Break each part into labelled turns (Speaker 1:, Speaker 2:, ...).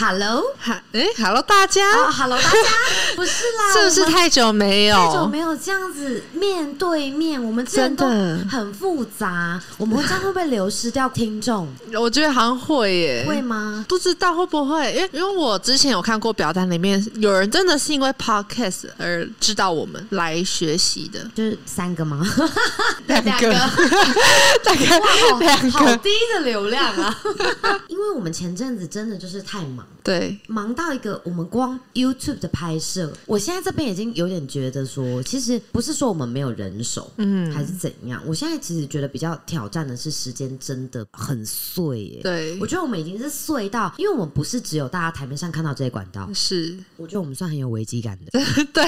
Speaker 1: Hello，
Speaker 2: 哈，哎，Hello 大家，
Speaker 1: 啊、h e l l o 大 家，不是啦，
Speaker 2: 是不是
Speaker 1: 我们
Speaker 2: 太久没有？
Speaker 1: 太久没有这样子面对面？我们之前都
Speaker 2: 真的
Speaker 1: 很复杂，我们这样会不会流失掉听 众？
Speaker 2: 我觉得好像会耶，
Speaker 1: 会吗？
Speaker 2: 不知道会不会，因为因为我之前有看过表单，里面有人真的是因为 podcast 而知道我们来学习的，
Speaker 1: 就是三个吗？
Speaker 2: 两个 大概
Speaker 1: 哇，
Speaker 2: 两
Speaker 1: 好好
Speaker 2: 个，
Speaker 1: 低的流量啊！ 因为我们前阵子真的就是太忙，
Speaker 2: 对，
Speaker 1: 忙到一个我们光 YouTube 的拍摄，我现在这边已经有点觉得说，其实不是说我们没有人手，嗯，还是怎样。我现在其实觉得比较挑战的是时间真的很碎耶。
Speaker 2: 对
Speaker 1: 我觉得我们已经是碎到，因为我们不是只有大家台面上看到这些管道，
Speaker 2: 是，
Speaker 1: 我觉得我们算很有危机感嗯的。
Speaker 2: 对，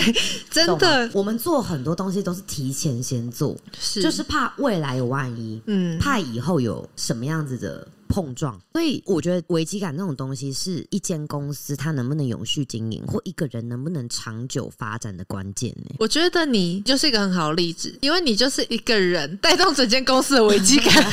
Speaker 2: 真
Speaker 1: 懂
Speaker 2: 的
Speaker 1: 吗我们做很多东西都是提前先做，
Speaker 2: 是，
Speaker 1: 就是怕未来有万一，
Speaker 2: 嗯，
Speaker 1: 怕以后有什么样子的碰撞。所以我觉得危机感这种东西是一间公司它能不能永续经营，或一个人能不能长久发展的关键呢、
Speaker 2: 我觉得你就是一个很好的例子，因为你就是一个人带动整间公司的危机 感，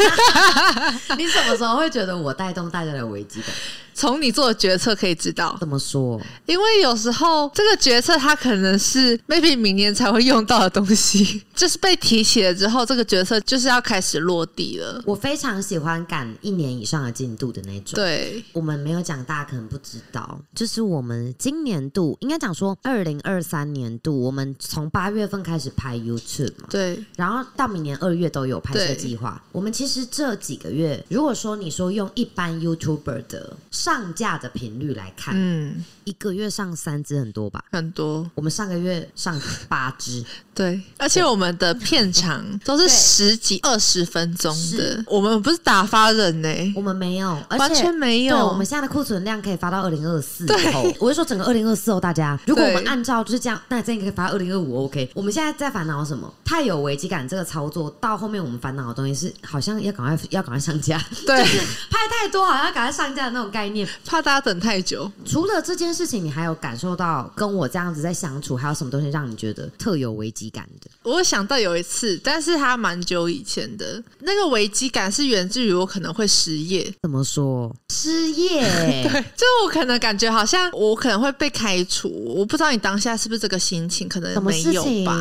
Speaker 1: 你什么时候会觉得我带动大家的危机感？
Speaker 2: 从你做的决策可以知道。
Speaker 1: 怎么说？
Speaker 2: 因为有时候这个决策它可能是 maybe 明年才会用到的东西， 就是被提起了之后，这个决策就是要开始落地了。
Speaker 1: 我非常喜欢赶一年以上的进度的那种。
Speaker 2: 对，
Speaker 1: 我们没有讲，大家可能不知道，就是我们今年度应该讲说，二零二三年度，我们从八月份开始拍 YouTube 嘛，
Speaker 2: 对，
Speaker 1: 然后到明年二月都有拍摄
Speaker 2: 对
Speaker 1: 计划。我们其实这几个月，如果说你说用一般 YouTuber 的上架的频率来看，
Speaker 2: 嗯，
Speaker 1: 一个月上三支很多吧？
Speaker 2: 很多，
Speaker 1: 我们上个月上八 支，
Speaker 2: 对，而且我们的片长都是
Speaker 1: 对
Speaker 2: 十几、二十分钟的
Speaker 1: 是，
Speaker 2: 我们不是打发人呢、
Speaker 1: 我们没有，而且
Speaker 2: 完全没有
Speaker 1: 对，我们现在的库存量可以发到二零二四后，我是说整个二零二四哦后，大家如果我们
Speaker 2: 对
Speaker 1: 按照就是这样，那真的可以发到二零二五哦 OK。我们现在在烦恼什么？太有危机感这个操作，到后面我们烦恼的东西是好像要赶快要赶快上架，
Speaker 2: 对，
Speaker 1: 拍太多好像要赶快上架的那种概念。
Speaker 2: 怕大家等太久。
Speaker 1: 除了这件事情，你还有感受到跟我这样子在相处，还有什么东西让你觉得特有危机感的？
Speaker 2: 我想到有一次，但是它蛮久以前的，那个危机感是源自于我可能会失业，
Speaker 1: 怎么说？失 业
Speaker 2: 就我可能感觉好像我可能会被开除，我不知道你当下是不是这个心情，可能
Speaker 1: 什么
Speaker 2: 没
Speaker 1: 事
Speaker 2: 有
Speaker 1: 情
Speaker 2: 吧。？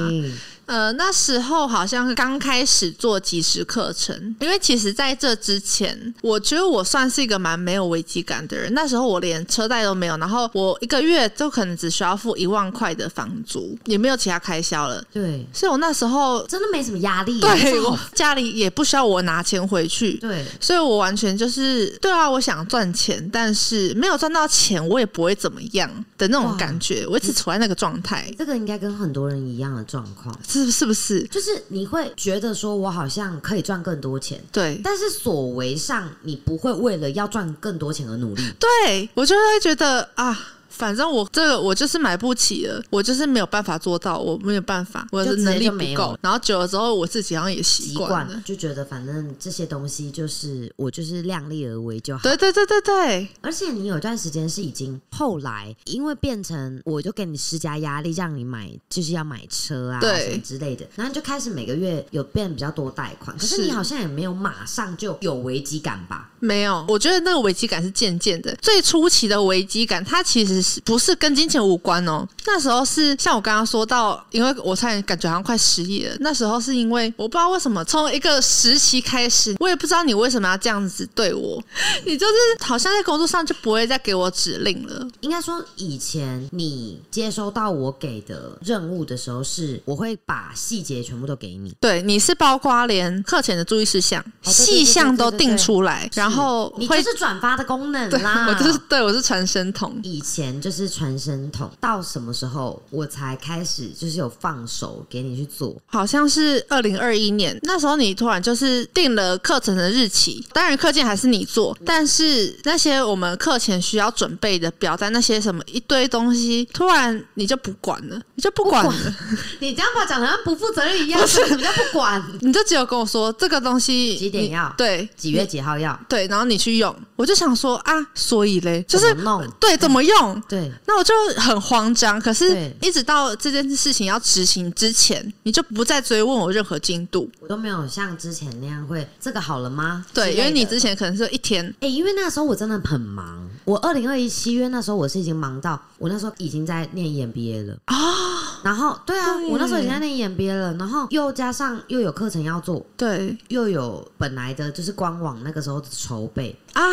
Speaker 2: 呃，那时候好像刚开始做即时课程，因为其实在这之前，我觉得我算是一个蛮没有危机感的人。那时候我连车贷都没有，然后我一个月就可能只需要付一万块的房租，也没有其他开销了。
Speaker 1: 对，
Speaker 2: 所以我那时候
Speaker 1: 真的没什么压力。
Speaker 2: 对我家里也不需要我拿钱回去，
Speaker 1: 对，
Speaker 2: 所以我完全就是对啊，我想赚钱，但是没有赚到钱，我也不会怎么样的那种
Speaker 1: 哇
Speaker 2: 感觉，我一直处在那个状态，
Speaker 1: 这个应该跟很多人一样的状况，
Speaker 2: 是是不是？
Speaker 1: 就是你会觉得说我好像可以赚更多钱，
Speaker 2: 对。
Speaker 1: 但是所为上你不会为了要赚更多钱而努力。
Speaker 2: 对我就会觉得啊。反正我这个我就是买不起了，我就是没有办法做到，我没有办法，我的
Speaker 1: 就直接
Speaker 2: 能力
Speaker 1: 就
Speaker 2: 不
Speaker 1: 没有
Speaker 2: 够
Speaker 1: 了。
Speaker 2: 然后久了之后，我自己好像也习
Speaker 1: 习
Speaker 2: 惯
Speaker 1: 惯
Speaker 2: 了。
Speaker 1: 就觉得反正这些东西就是我就是量力而为就好。
Speaker 2: 对对对对对，
Speaker 1: 而且你有一段时间是已经后来，因为变成我就给你施加压力，让你买就是要买车啊
Speaker 2: 对
Speaker 1: 什么之类的，然后你就开始每个月有变比较多贷款，可
Speaker 2: 是
Speaker 1: 是你好像也没有马上就有危机感吧？
Speaker 2: 没有，我觉得那个危机感是渐渐的。最初期的危机感，它其实是不是跟金钱无关哦？那时候是像我刚刚说到，因为我差点感觉好像快失业了。那时候是因为我不知道为什么，从一个时期开始，我也不知道你为什么要这样子对我，你就是好像在工作上就不会再给我指令了。
Speaker 1: 应该说以前你接收到我给的任务的时候是，我会把细节全部都给你。
Speaker 2: 对，你是包括连课前的注意事项、
Speaker 1: 对
Speaker 2: 细项都定出来，然后
Speaker 1: 你就
Speaker 2: 会
Speaker 1: 是转发的功能
Speaker 2: 对
Speaker 1: 啦。
Speaker 2: 我就是对我是传声筒，
Speaker 1: 以前就是传声筒，到什么时候我才开始就是有放手给你去做？
Speaker 2: 好像是二零二一年那时候你突然就是定了课程的日期，当然课件还是你做，但是那些我们课前需要准备的表单那些什么一堆东西，突然你就不管了，你就不管了，
Speaker 1: 你这样把讲的像不负责任一样，什么叫不管？
Speaker 2: 你就只有跟我说这个东西
Speaker 1: 几点
Speaker 2: 你
Speaker 1: 要
Speaker 2: 对
Speaker 1: 几月几号要？
Speaker 2: 对，然后你去用，我就想说啊，所以嘞，就是
Speaker 1: 怎么弄
Speaker 2: 对怎么用，
Speaker 1: 对，
Speaker 2: 那我就很慌张。可是
Speaker 1: 对，
Speaker 2: 一直到这件事情要执行之前，你就不再追问我任何进度。
Speaker 1: 我都没有像之前那样会这个好了吗？
Speaker 2: 对，
Speaker 1: 之类
Speaker 2: 因
Speaker 1: 的
Speaker 2: 为你之前可能是一天，
Speaker 1: 哎、因为那时候我真的很忙，我二零二一七月那时候我是已经忙到我那时候已经在念 EMBA 了啊，然后对啊，
Speaker 2: 哦对
Speaker 1: 我那时候已经在念 EMBA 了，然后又加上又有课程要做，
Speaker 2: 对
Speaker 1: 又有本来的就是官网那个时候的筹备，
Speaker 2: 啊，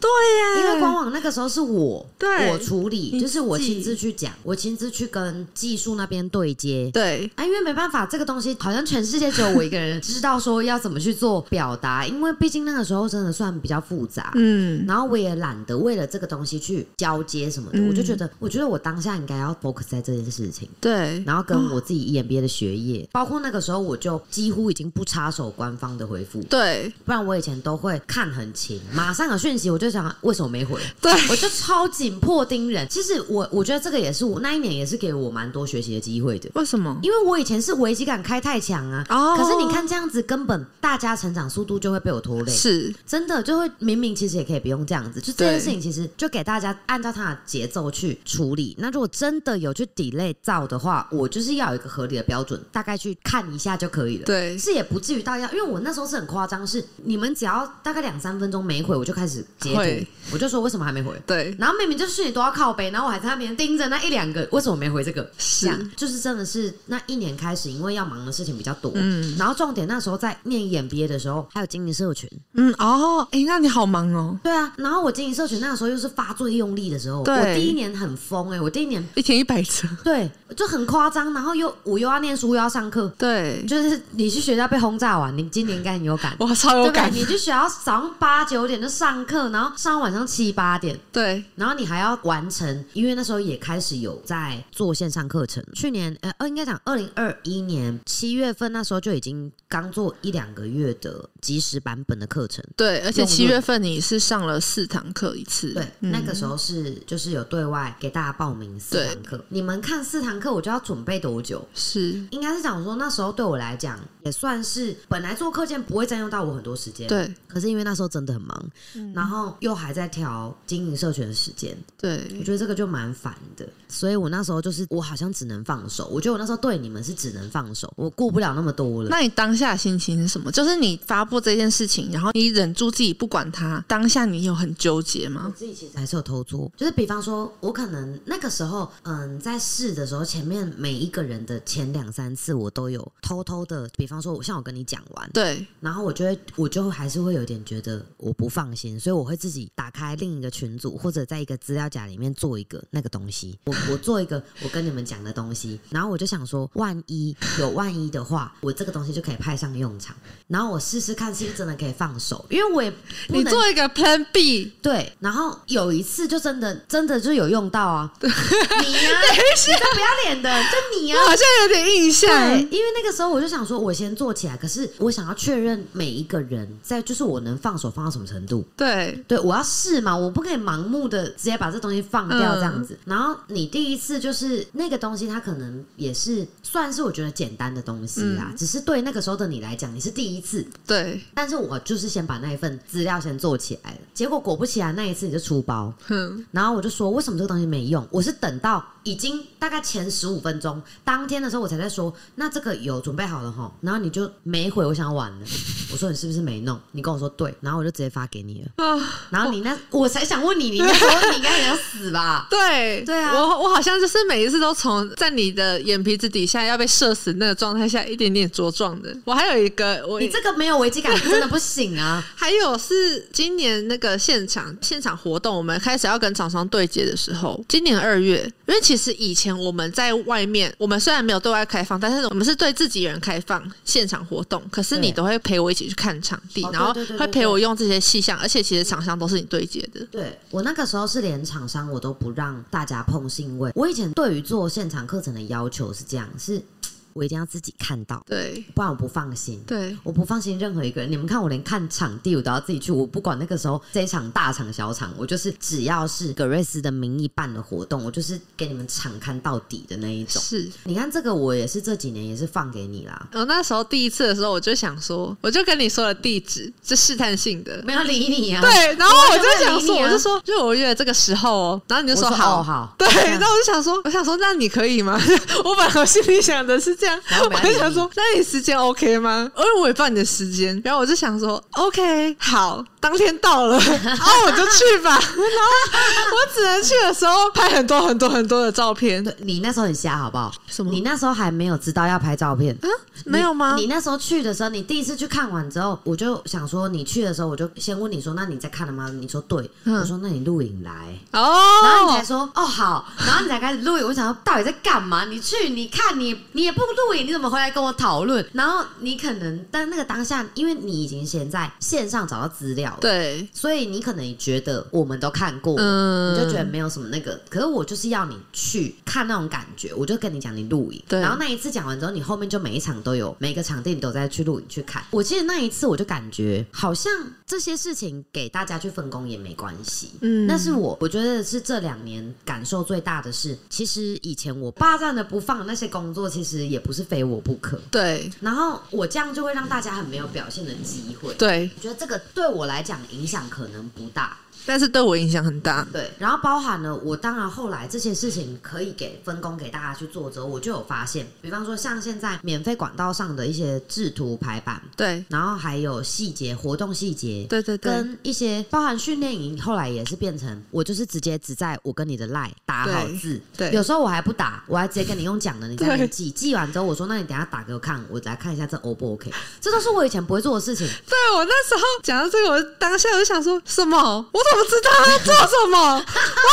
Speaker 2: 对耶，
Speaker 1: 因为官网那个时候是我
Speaker 2: 对
Speaker 1: 我处理，
Speaker 2: 你
Speaker 1: 就是我
Speaker 2: 自己
Speaker 1: 亲自去讲，我亲自去跟技术那边对接，
Speaker 2: 对
Speaker 1: 啊，因为没办法，这个东西好像全世界只有我一个人知道说要怎么去做表达，因为毕竟那个时候真的算比较复杂。
Speaker 2: 嗯，
Speaker 1: 然后我也懒得为了这个东西去交接什么的，
Speaker 2: 嗯
Speaker 1: 我就觉得，我觉得我当下应该要 focus 在这件事情，
Speaker 2: 对，
Speaker 1: 然后跟我自己 EMBA 的学
Speaker 2: 哦
Speaker 1: 业，包括那个时候我就几乎已经不插手官方的回复，
Speaker 2: 对
Speaker 1: 不然我以前都会看很勤，马上有讯息我就想啊为什么没回，
Speaker 2: 对，
Speaker 1: 我就超紧迫盯人。其实我我觉得这个也是我那一年也是给我蛮多学习的机会的，
Speaker 2: 为什么？
Speaker 1: 因为我以前是危机感开太强啊。
Speaker 2: 哦
Speaker 1: 可是你看这样子，根本大家成长速度就会被我拖累，
Speaker 2: 是，
Speaker 1: 真的就会明明其实也可以不用这样子，就这件
Speaker 2: 对
Speaker 1: 事情其实就给大家按照它的节奏去处理。那如果真的有去 delay 造的话，我就是要有一个合理的标准，大概去看一下就可以了。
Speaker 2: 对
Speaker 1: 是也不至于到要，因为我那时候是很夸张，是你们只要大概两三分钟没回，我就开始截
Speaker 2: 会
Speaker 1: 图，我就说为什么还没回。
Speaker 2: 对
Speaker 1: 然后明明就是你都要靠背，然后我还在那边盯着那一两个，为什么没回这个？
Speaker 2: 是
Speaker 1: 这样就是真的是那一年开始，因为要忙的事情比较多，
Speaker 2: 嗯
Speaker 1: 然后重点那时候在念 E 研毕业的时候，还有经营社群，
Speaker 2: 嗯哦，哎，那你好忙哦，
Speaker 1: 对啊，然后我经营社群那时候又是发最用力的时候，
Speaker 2: 对
Speaker 1: 我第一年很疯哎、我第一 年
Speaker 2: 一天一百折，
Speaker 1: 对就很夸张，然后又我又要念书又要上课，
Speaker 2: 对
Speaker 1: 就是你去学校被轰炸完，你今年应该很有感。
Speaker 2: 我
Speaker 1: 对
Speaker 2: 超嗯 有
Speaker 1: 不对？
Speaker 2: 感，
Speaker 1: 你去学校早上八九点就上课，然后上到晚上七八点，
Speaker 2: 对
Speaker 1: 然后你还要完成，因为那时候也开始有在做线上课程。去年呃，呃，应该讲二零二一年七月份那时候就已经刚做一两个月的即时版本的课程。
Speaker 2: 对，而且
Speaker 1: 用
Speaker 2: 七
Speaker 1: 论
Speaker 2: 月份你是上了四堂课一次，
Speaker 1: 对，
Speaker 2: 嗯
Speaker 1: 那个时候是就是有对外给大家报名四堂课，你们看四堂课，我就要准备多久？
Speaker 2: 是，
Speaker 1: 应该是讲说那时候对我来讲也算是本来做课件不会占用到我很多时间，。
Speaker 2: 对嗯
Speaker 1: 可是因为那时候真的很忙，然后又还在调经营社群的时间，我
Speaker 2: 对
Speaker 1: 觉得这个就蛮烦的，所以我那时候就是我好像只能放手。我觉得我那时候对你们是只能放手，我顾不了那么多了。
Speaker 2: 那你当下的心情是什么？就是你发布这件事情，然后你忍住自己不管它，当下你有很纠结
Speaker 1: 我
Speaker 2: 吗？
Speaker 1: 自己其实还是有偷做，就是比方说，我可能那个时候，嗯，在试的时候，前面每一个人的前两三次，我都有偷偷的，比方说，我像我跟你讲完，
Speaker 2: 对
Speaker 1: 然后我就会，我就还是会有点觉得我不放心，所以我会自己打开另一个群组，或者在一个资料夹里面做一个那个东西。我我做一个我跟你们讲的东西，然后我就想说，万一有万一的话，我这个东西就可以派上用场。然后我试试看是不是真的可以放手，因为我也不
Speaker 2: 你
Speaker 1: 能
Speaker 2: 做一个 Plan B，
Speaker 1: 对，然后有一次就真的真的就有用到啊，你呀、你这不要脸的，就你呀、啊
Speaker 2: 我好像有点印象，
Speaker 1: 对，因为那个时候我就想说，我先做起来，可是我想要确认每一个人在，就是我能放手放到什么程度。
Speaker 2: 对
Speaker 1: 对，我要试嘛，我不可以盲目的直接把这东西放掉
Speaker 2: 嗯
Speaker 1: 这样子。然后你第一次就是那个东西，它可能也是算是我觉得简单的东西啦，只是对那个时候的你来讲，你是第一次。
Speaker 2: 对，
Speaker 1: 但是我就是先把那一份资料先做起来了，结果果不其然那一次你就出包，
Speaker 2: 哼，
Speaker 1: 然后我就说，为什么这个东西没用？我是等到已经大概前十五分钟，当天的时候我才在说，那这个有准备好了哈。然后你就没回，我想完了。我说你是不是没弄？你跟我说对，然后我就直接发给你了。
Speaker 2: 啊，
Speaker 1: 然后你那我才想问你，你那时候你应该也要死吧？
Speaker 2: 对
Speaker 1: 对啊
Speaker 2: 我我好像就是每一次都从在你的眼皮子底下要被射死那个状态下一点点茁壮的。我还有一个，我
Speaker 1: 你这个没有危机感真的不行 啊！
Speaker 2: 还有是今年那个现场现场活动，我们开始要跟厂商对接的时候，今年二月，因为其实以前我们在外面，我们虽然没有对外开放，但是我们是对自己人开放现场活动，可是你
Speaker 1: 对
Speaker 2: 都会陪我一起去看场地
Speaker 1: 哦，
Speaker 2: 然后
Speaker 1: 对对对对
Speaker 2: 会陪我用这些细项，而且其实厂商都是你对接的，
Speaker 1: 对我那个时候是连厂商我都不让大家碰，是因为我以前对于做现场课程的要求是这样：是我一定要自己看到，
Speaker 2: 对
Speaker 1: 不然我不放心。
Speaker 2: 对，
Speaker 1: 我不放心任何一个人。你们看，我连看场地我都要自己去，我不管那个时候这一场大场小场，我就是只要是格瑞斯的名义办的活动，我就是给你们场看到底的那一种。
Speaker 2: 是。
Speaker 1: 你看这个，我也是这几年也是放给你啊 啦，
Speaker 2: 我那时候第一次的时候，我就想说，我就跟你说了地址，是试探性的。
Speaker 1: 没有理你啊。
Speaker 2: 对，然后我就想说，
Speaker 1: 我就没有理你啊
Speaker 2: 我就说幼儿园这个时候哦，然后你就
Speaker 1: 我说
Speaker 2: 好
Speaker 1: 哦好
Speaker 2: 对，
Speaker 1: 这样
Speaker 2: 那我就想说，我想说那你可以吗？ 我本来我心里想的是这样
Speaker 1: 然后，没
Speaker 2: 我
Speaker 1: 有理
Speaker 2: 就
Speaker 1: 你
Speaker 2: 想说，那你时间 OK 吗？因为我也不知道你的时间，然后我就想说 OK 好，当天到 了，然后我就去 吧。然后我只能去的时候拍很多很多很多的照片，
Speaker 1: 你那时候很瞎，好不好？
Speaker 2: 什么
Speaker 1: 你那时候还没有知道要拍照片。
Speaker 2: 啊？没有吗
Speaker 1: 你？？你那时候去的时候，你第一次去看完之后，我就想说，你去的时候我就先问你说，那你在看了吗？你说对，
Speaker 2: 嗯
Speaker 1: 我说那你录影来，然后你才
Speaker 2: 哦，
Speaker 1: 说哦好，然后你才开始录影。我想说到底在干嘛？你去你看你你也不录影，你怎么回来跟我讨论？然后你可能但那个当下，因为你已经先在线上找到资料了，
Speaker 2: 对，
Speaker 1: 所以你可能也觉得我们都看过，
Speaker 2: 嗯
Speaker 1: 你就觉得没有什么那个。可是我就是要你去看那种感觉，我就跟你讲你录影。
Speaker 2: 对
Speaker 1: 然后那一次讲完之后，你后面就每一场都有，每个场地你都在去录影去看。我记得那一次我就感觉好像这些事情给大家去分工也没关系。
Speaker 2: 嗯
Speaker 1: 但是我我觉得是这两年感受最大的是，其实以前我霸占的不放的那些工作，其实也不是非我不可。
Speaker 2: 对
Speaker 1: 然后我这样就会让大家很没有表现的机会。
Speaker 2: 对，
Speaker 1: 我觉得这个对我来讲影响可能不大，
Speaker 2: 但是对我影响很大。
Speaker 1: 对。然后包含了我，当然后来这些事情可以给分工给大家去做之后，我就有发现，比方说像现在免费管道上的一些制图排版，
Speaker 2: 对
Speaker 1: 然后还有细节活动细节。
Speaker 2: 对对对，
Speaker 1: 跟一些包含训练营，后来也是变成我就是直接只在我跟你的 line 打好
Speaker 2: 对
Speaker 1: 字，
Speaker 2: 对
Speaker 1: 有时候我还不打，我还直接跟你用讲的，你在那
Speaker 2: 对
Speaker 1: 边记，记完之后我说那你等一下打给我看，我来看一下这 O 不 OK，这都是我以前不会做的事情，
Speaker 2: 对我那时候讲到这个，我当下我就想说什么？我怎么知道他做什 么？我怎么知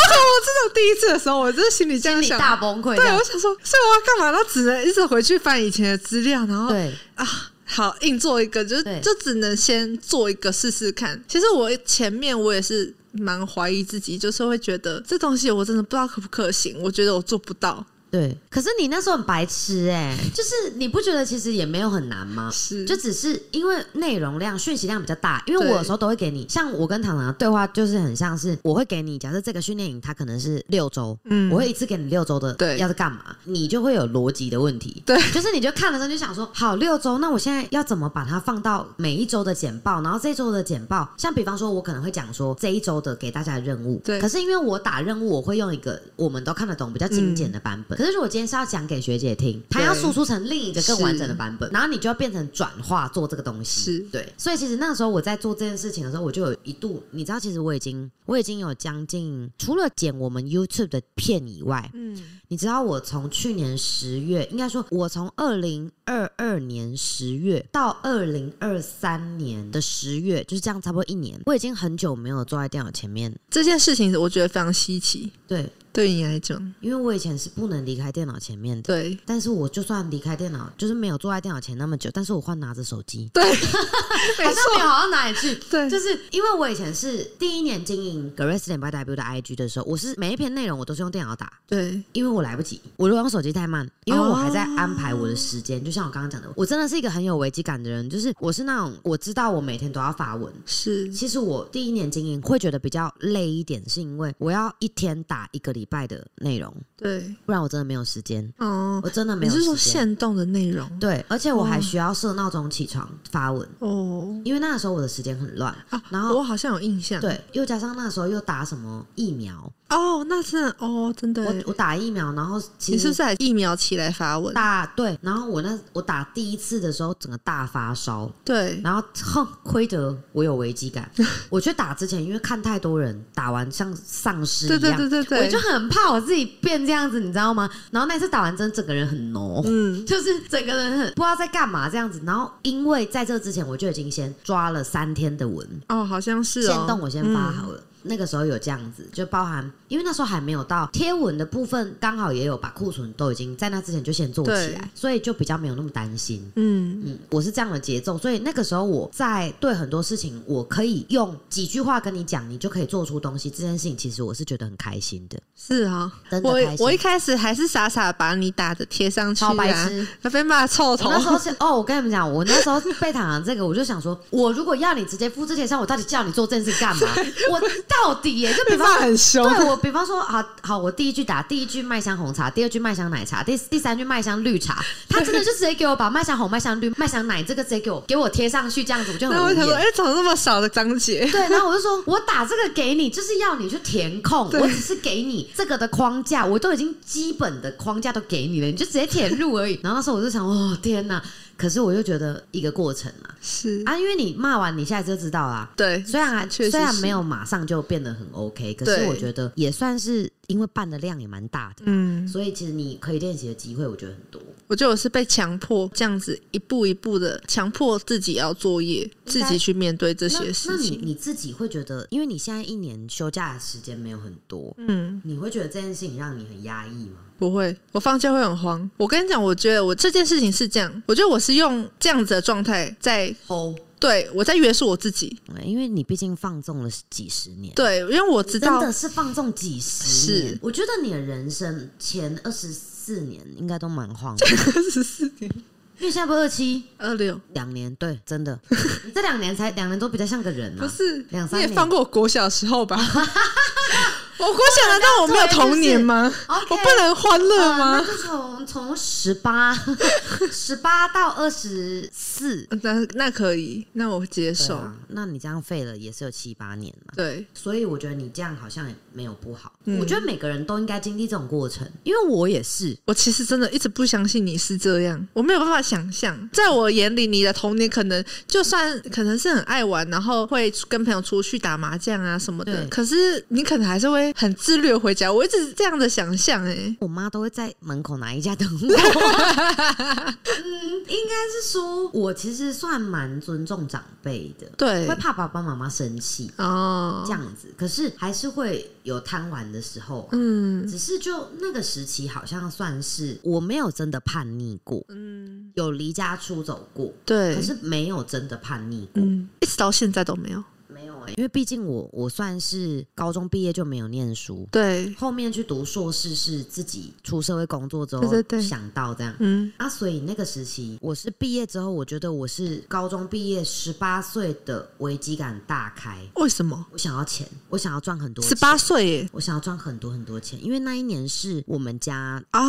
Speaker 2: 道？第一次的时候，我就是心里这样
Speaker 1: 心里
Speaker 2: 想。
Speaker 1: 大崩溃
Speaker 2: 对，
Speaker 1: 这样。
Speaker 2: 我想说，所以我要干嘛？那只能一直回去翻以前的资料，然后
Speaker 1: 对，
Speaker 2: 啊，好硬做一个，就是
Speaker 1: 对
Speaker 2: 就只能先做一个试试看。其实我前面我也是蛮怀疑自己，就是会觉得这东西我真的不知道可不可行，我觉得我做不到。
Speaker 1: 对，可是你那时候很白痴哎、就是你不觉得其实也没有很难吗？
Speaker 2: 是，
Speaker 1: 就只是因为内容量、讯息量比较大，因为我有时候都会给你，像我跟糖糖的对话就是很像是，我会给你，假设这个训练营它可能是六周，
Speaker 2: 嗯
Speaker 1: 我会一次给你六周的，
Speaker 2: 对
Speaker 1: 要是干嘛，你就会有逻辑的问题，
Speaker 2: 对，
Speaker 1: 就是你就看了之后就想说，好六周，那我现在要怎么把它放到每一周的简报，然后这一周的简报，像比方说，我可能会讲说这一周的给大家的任务，
Speaker 2: 对
Speaker 1: 可是因为我打任务，我会用一个我们都看得懂比较精简的版本，可是如果今天是要讲给学姐听，她要
Speaker 2: 对
Speaker 1: 输出成另一个更
Speaker 2: 是
Speaker 1: 完整的版本，然后你就要变成转化做这个东西，
Speaker 2: 是
Speaker 1: 对，所以其实那时候我在做这件事情的时候，我就有一度，你知道，其实我已经我已经有将近除了剪我们 YouTube 的片以外，
Speaker 2: 嗯，
Speaker 1: 你知道我从去年十月，应该说，我从二零二二年十月到二零二三年的十月，就是这样，差不多一年，我已经很久没有坐在电脑前面。
Speaker 2: 这件事情我觉得非常稀奇，
Speaker 1: 对，
Speaker 2: 对你来讲，
Speaker 1: 因为我以前是不能离开电脑前面的。
Speaker 2: 对。
Speaker 1: 但是我就算离开电脑，就是没有坐在电脑前那么久，但是我换拿着手机，
Speaker 2: 对，
Speaker 1: 好
Speaker 2: 没
Speaker 1: 像没有
Speaker 2: 错，
Speaker 1: 好到哪里去。
Speaker 2: 对，
Speaker 1: 就是因为我以前是第一年经营 Grace 点 by W 的 IG 的时候，我是每一篇内容我都是用电脑打，
Speaker 2: 对，
Speaker 1: 因为我来不及，我如果用手机太慢，因为我还在安排我的时间。就像我刚刚讲的，我真的是一个很有危机感的人，就是我是那种我知道我每天都要发文。
Speaker 2: 是
Speaker 1: 其实我第一年经营会觉得比较累一点，是因为我要一天打一个礼拜的内容，
Speaker 2: 对，
Speaker 1: 不然我真的没有时间，
Speaker 2: 哦，
Speaker 1: 我真的没
Speaker 2: 你
Speaker 1: 有时
Speaker 2: 是
Speaker 1: 间。
Speaker 2: 说限动的内容？
Speaker 1: 对，而且我还需要设闹钟起床发文，
Speaker 2: 哦，
Speaker 1: 因为那个时候我的时间很乱，
Speaker 2: 啊，
Speaker 1: 然后
Speaker 2: 我好像有印象，，
Speaker 1: 对，又加上那时候又打什么疫苗，
Speaker 2: 哦，那是哦，真的
Speaker 1: 我
Speaker 2: 耶，
Speaker 1: 我打疫苗，然后
Speaker 2: 你
Speaker 1: 其
Speaker 2: 是不
Speaker 1: 实
Speaker 2: 是还疫苗起来发文？
Speaker 1: 打对，然后我那我打第一次的时候，整个大发烧，
Speaker 2: 对，
Speaker 1: 然后哼，亏得我有危机 感。我去打之前，因为看太多人打完像丧尸
Speaker 2: 对
Speaker 1: 一
Speaker 2: 对
Speaker 1: 样，
Speaker 2: 对对对，
Speaker 1: 我就很怕我自己变这样子，你知道吗？然后那次打完针，整个人很脓。
Speaker 2: 嗯，
Speaker 1: 就是整个人很不知道在干嘛这样子，然后因为在这之前我就已经先抓了三天的文，
Speaker 2: 哦，好像是
Speaker 1: 先
Speaker 2: 哦，
Speaker 1: 动我先发好了。那个时候有这样子，就包含因为那时候还没有到贴文的部分，刚好也有把库存都已经在那之前就先做起
Speaker 2: 对
Speaker 1: 来，所以就比较没有那么担心。
Speaker 2: 嗯，
Speaker 1: 嗯，我是这样的节奏，所以那个时候我在对很多事情，我可以用几句话跟你讲，你就可以做出东西。这件事情其实我是觉得很开心的，
Speaker 2: 是啊，
Speaker 1: 真的
Speaker 2: 我
Speaker 1: 开心
Speaker 2: 我一开始还是傻傻把你打的贴上去、啊，
Speaker 1: 超白痴。
Speaker 2: 要被骂臭
Speaker 1: 我
Speaker 2: 头
Speaker 1: 那。时候是哦，我跟你们讲，我那时候被躺的这个，我就想说，我如果要你直接付这些钱，我到底叫你做这件事干 嘛？我到底耶，就比
Speaker 2: 被
Speaker 1: 方
Speaker 2: 骂
Speaker 1: 说。
Speaker 2: 很凶，
Speaker 1: 对我，比方说，好好，我第一句打第一句麦香红茶，第二句麦香奶茶，第第三句麦香绿 茶，他真的就直接给我把麦香红、麦香绿、麦香奶这个直接给我给我贴上去，这样子我就
Speaker 2: 然后
Speaker 1: 很无
Speaker 2: 我想说，
Speaker 1: 言
Speaker 2: 哎、。怎么那么少的章节？
Speaker 1: 对，然后我就说，我打这个给你，就是要你去填空，我只是给你这个的框架，我都已经基本的框架都给你了，你就直接填入而已。然后那时候我就想，哦天哪！可是我就觉得一个过程啊，
Speaker 2: 是，
Speaker 1: 啊，因为你骂完，你现在就知道啦。
Speaker 2: 对，
Speaker 1: 虽然还
Speaker 2: 确实
Speaker 1: 虽然
Speaker 2: 是
Speaker 1: 没有马上就变得很 OK，可
Speaker 2: 对
Speaker 1: 是我觉得也算是因为办的量也蛮大的，
Speaker 2: 嗯，
Speaker 1: 所以其实你可以练习的机会，我觉得很多。
Speaker 2: 我觉得我是被强迫这样子一步一步的强迫自己要作业，自己去面对这些
Speaker 1: 那
Speaker 2: 事
Speaker 1: 那你
Speaker 2: 情。
Speaker 1: 你自己会觉得，因为你现在一年休假的时间没有很多，
Speaker 2: 嗯，
Speaker 1: 你会觉得这件事情让你很压抑吗？
Speaker 2: 不会，我放假会很慌。我跟你讲，我觉得我这件事情是这样，我觉得我是用这样子的状态在
Speaker 1: 吼，
Speaker 2: 对我在约束我自己。
Speaker 1: 因为你毕竟放纵了几十年，
Speaker 2: 对，因为我知
Speaker 1: 真
Speaker 2: 道
Speaker 1: 的是放纵几十
Speaker 2: 是
Speaker 1: 年。我觉得你的人生前二十四年应该都蛮荒 谬，
Speaker 2: 十四年
Speaker 1: 因为现在不二七
Speaker 2: 二六
Speaker 1: 两年，对，真 的，你这两年才两年都比较像个人
Speaker 2: 不
Speaker 1: 啊。
Speaker 2: 是
Speaker 1: 两
Speaker 2: 你
Speaker 1: 三
Speaker 2: 也
Speaker 1: 年
Speaker 2: 放过我国小的时 候吧？我国小难道我没有童年吗？
Speaker 1: OK，
Speaker 2: 我不能欢乐
Speaker 1: 呃那
Speaker 2: 吗？
Speaker 1: 就从从十八 十八到二十四，
Speaker 2: 那那可以，那我接
Speaker 1: 对
Speaker 2: 受。
Speaker 1: 啊，那你这样废了也是有七八年嘛。
Speaker 2: 对，
Speaker 1: 所以我觉得你这样好像也没有不好。我觉得每个人都应该经历这种过程，嗯因为我也是，
Speaker 2: 我其实真的一直不相信你是这样，我没有办法想象，在我眼里，你的童年可能就算可能是很爱玩，然后会跟朋友出去打麻将啊什么的，
Speaker 1: 对
Speaker 2: 可是你可能还是会很自律地回家。我一直这样的想象、欸，
Speaker 1: 我妈都会在门口哪一家等我。 嗯，应该是说，我其实算蛮尊重长辈的，
Speaker 2: 对
Speaker 1: 会，怕爸爸妈妈生气
Speaker 2: 哦
Speaker 1: 这，样子，可是还是会有贪玩的时候。
Speaker 2: 嗯
Speaker 1: 只是就那个时期，好像算是我没有真的叛逆过，
Speaker 2: 嗯，
Speaker 1: 有离家出走过，
Speaker 2: 对
Speaker 1: 可，是没有真的叛逆过，
Speaker 2: 嗯，一直到现在都没有，
Speaker 1: 没有哎、因为毕竟我我算是高中毕业就没有念书，
Speaker 2: 对，
Speaker 1: 后面去读硕士是自己出社会工作之后
Speaker 2: 对对对
Speaker 1: 想到这样，
Speaker 2: 嗯
Speaker 1: 啊，所以那个时期，我是毕业之后，我觉得我是高中毕业十八岁的危机感大开。
Speaker 2: 为什么？
Speaker 1: 我想要钱，我想要赚很多钱，
Speaker 2: 十八岁耶
Speaker 1: 我想要赚很多很多钱，因为那一年是我们家
Speaker 2: 啊！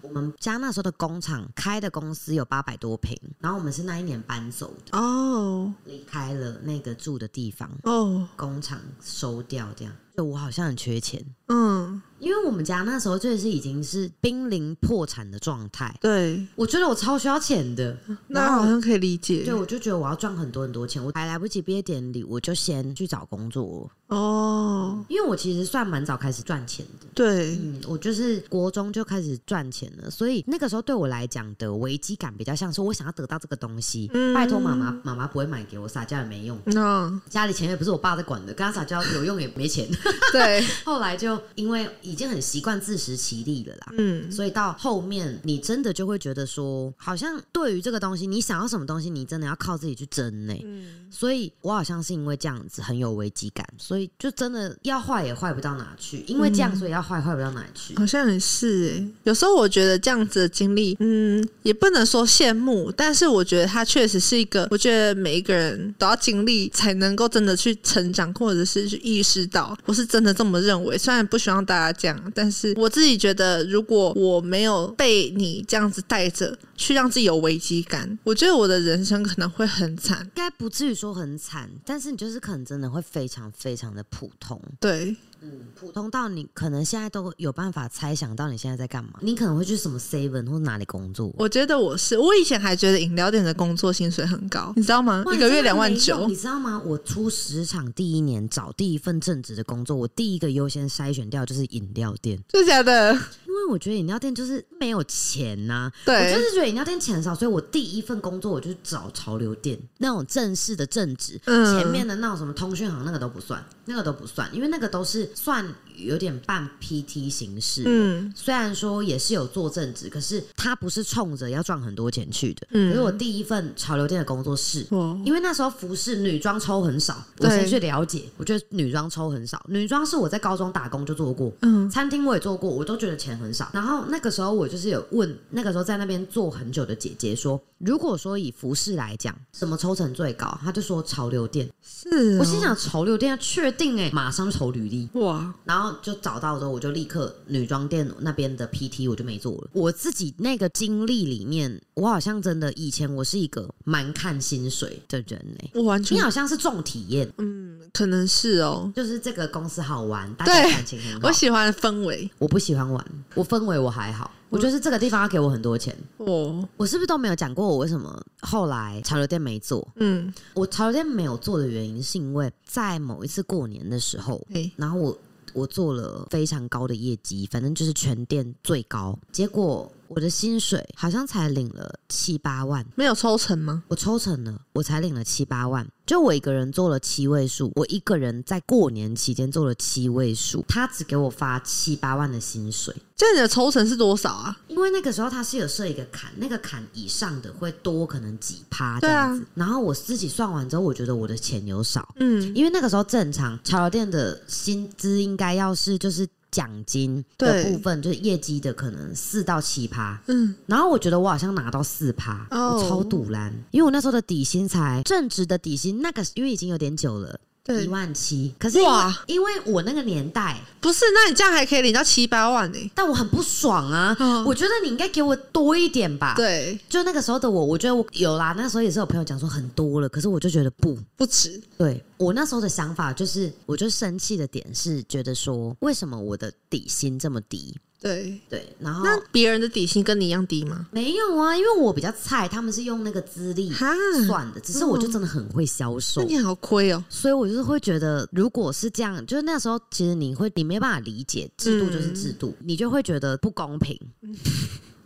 Speaker 1: 我们家那时候的工厂开的公司有八百多平，然后我们是那一年搬走的，
Speaker 2: 哦
Speaker 1: 离开了那个住的地方，
Speaker 2: 哦，
Speaker 1: 工厂收掉这样，就我好像很缺钱。
Speaker 2: 嗯，
Speaker 1: 因为我们家那时候就是已经是濒临破产的状态，
Speaker 2: 对，
Speaker 1: 我觉得我超需要钱的，然
Speaker 2: 那
Speaker 1: 后
Speaker 2: 好像可以理解
Speaker 1: 对，。我就觉得我要赚很多很多钱，我还来不及毕业典礼，我就先去找工作，
Speaker 2: 哦，
Speaker 1: 因为我其实算蛮早开始赚钱的。
Speaker 2: 对，
Speaker 1: 嗯，我就是国中就开始赚钱了，所以那个时候对我来讲的危机感比较像是我想要得到这个东西，
Speaker 2: 嗯
Speaker 1: 拜托妈妈，妈妈不会买给我，撒娇也没用，
Speaker 2: 那
Speaker 1: 家里钱也不是我爸在管的，跟他撒娇有用也没钱。
Speaker 2: 对，
Speaker 1: 后来就因为已经很习惯自食其力了啦。
Speaker 2: 嗯，
Speaker 1: 所以到后面，你真的就会觉得说，好像对于这个东西，你想要什么东西，你真的要靠自己去争
Speaker 2: 嗯
Speaker 1: 呢、所以我好像是因为这样子很有危机感，所以就真的要坏也坏不到哪去，因为这样所以要坏坏不到哪里去。
Speaker 2: 好像也是诶。有时候我觉得这样子的经历，嗯，也不能说羡慕，但是我觉得它确实是一个，我觉得每一个人都要经历，才能够真的去成长，或者是去意识到，我是真的这么认为。虽然不希望大家这样，但是我自己觉得，如果我没有被你这样子带着去让自己有危机感，我觉得我的人生可能会很惨。
Speaker 1: 应该不至于说很惨，但是你就是可能真的会非常非常的普通，
Speaker 2: 对，
Speaker 1: 嗯，普通到你可能现在都有办法猜想到你现在在干嘛，你可能会去什么 seven 或哪里工作。
Speaker 2: 我觉得我是，我以前还觉得饮料店的工作薪水很高，你知道吗？
Speaker 1: 哇
Speaker 2: 一个
Speaker 1: 你真
Speaker 2: 月
Speaker 1: 的
Speaker 2: 两万
Speaker 1: 没用
Speaker 2: 九
Speaker 1: 你，知道吗？我出职场第一年找第一份正职的工作，我第一个优先筛选掉就是饮料店，
Speaker 2: 真的假的？
Speaker 1: 因为为我觉得饮料店就是没有钱呐、我就
Speaker 2: 对，
Speaker 1: 是觉得饮料店钱少，所以我第一份工作我就找潮流店那种正式的正职，
Speaker 2: 嗯
Speaker 1: 前面的那种什么通讯行那个都不算，那个都不算，因为那个都是算有点半 PT 形式。
Speaker 2: 嗯
Speaker 1: 虽然说也是有做正职，可是他不是冲着要赚很多钱去的。
Speaker 2: 嗯
Speaker 1: 可是我第一份潮流店的工作是，
Speaker 2: 哦，
Speaker 1: 因为那时候服饰女装抽很少，我
Speaker 2: 对
Speaker 1: 先去了解，我觉得女装抽很少，女装是我在高中打工就做过。
Speaker 2: 嗯
Speaker 1: 餐厅我也做过，我都觉得钱很少。然后那个时候我就是有问那个时候在那边做很久的姐姐说，如果说以服饰来讲，什么抽成最高？她就说潮流店。
Speaker 2: 是哦，
Speaker 1: 我心想潮流店要确定哎、马上投履历。
Speaker 2: 哇，
Speaker 1: 然后就找到之后，我就立刻女装店那边的 PT 我就没做了。我自己那个经历里面，我好像真的以前我是一个蛮看薪水的人哎、
Speaker 2: 我完
Speaker 1: 你
Speaker 2: 全
Speaker 1: 好像是重体验，
Speaker 2: 嗯，可能是哦，
Speaker 1: 就是这个公司好玩，大家
Speaker 2: 对
Speaker 1: 感情很好
Speaker 2: 我。喜欢的氛围
Speaker 1: 我不喜欢玩，我氛围我还好，
Speaker 2: 嗯
Speaker 1: 我就是这个地方要给我很多钱。
Speaker 2: 哦，
Speaker 1: 我是不是都没有讲过我为什么后来潮流店没做？
Speaker 2: 嗯，
Speaker 1: 我潮流店没有做的原因是因为在某一次过年的时候，
Speaker 2: 哎，
Speaker 1: 然后我我做了非常高的业绩，反正就是全店最高。结果我的薪水好像才领了七八万，
Speaker 2: 没有抽成吗？
Speaker 1: 我抽成了，我才领了七八万，就我一个人做了七位数，我一个人在过年期间做了七位数，他只给我发七八万的薪水。
Speaker 2: 这样你的抽成是多少啊？
Speaker 1: 因为那个时候他是有设一个坎，那个坎以上的会多可能几趴这
Speaker 2: 对啊
Speaker 1: 样子。然后我自己算完之后，我觉得我的钱有少，
Speaker 2: 嗯，
Speaker 1: 因为那个时候正常潮流店的薪资应该要是就是奖金的
Speaker 2: 对
Speaker 1: 部分，就是业绩的可能四到七趴。
Speaker 2: 嗯，
Speaker 1: 然后我觉得我好像拿到四趴，
Speaker 2: 哦
Speaker 1: 我超堵然，因为我那时候的底薪才正职的底薪，那个因为已经有点久了。一
Speaker 2: 对，
Speaker 1: 万七，可是因为
Speaker 2: 哇
Speaker 1: 因为我那个年代，
Speaker 2: 不是，那你这样还可以领到七八万呢。
Speaker 1: 但我很不爽啊！
Speaker 2: 嗯
Speaker 1: 我觉得你应该给我多一点吧。
Speaker 2: 对，
Speaker 1: 就那个时候的我，我觉得我有啦。那时候也是有朋友讲说很多了，可是我就觉得不
Speaker 2: 不止，
Speaker 1: 对。我那时候的想法就是，我就生气的点是觉得说，为什么我的底薪这么低？
Speaker 2: 对。
Speaker 1: 对，然后
Speaker 2: 那别人的底薪跟你一样低吗？
Speaker 1: 没有啊，因为我比较菜，他们是用那个资历
Speaker 2: 哈，嗯
Speaker 1: 算的，只是我就真的很会销售
Speaker 2: 那。你好亏哦。
Speaker 1: 所以我就是会觉得，如果是这样，就是那时候其实你会你没办法理解制度就是制度，
Speaker 2: 嗯
Speaker 1: 你就会觉得不公平。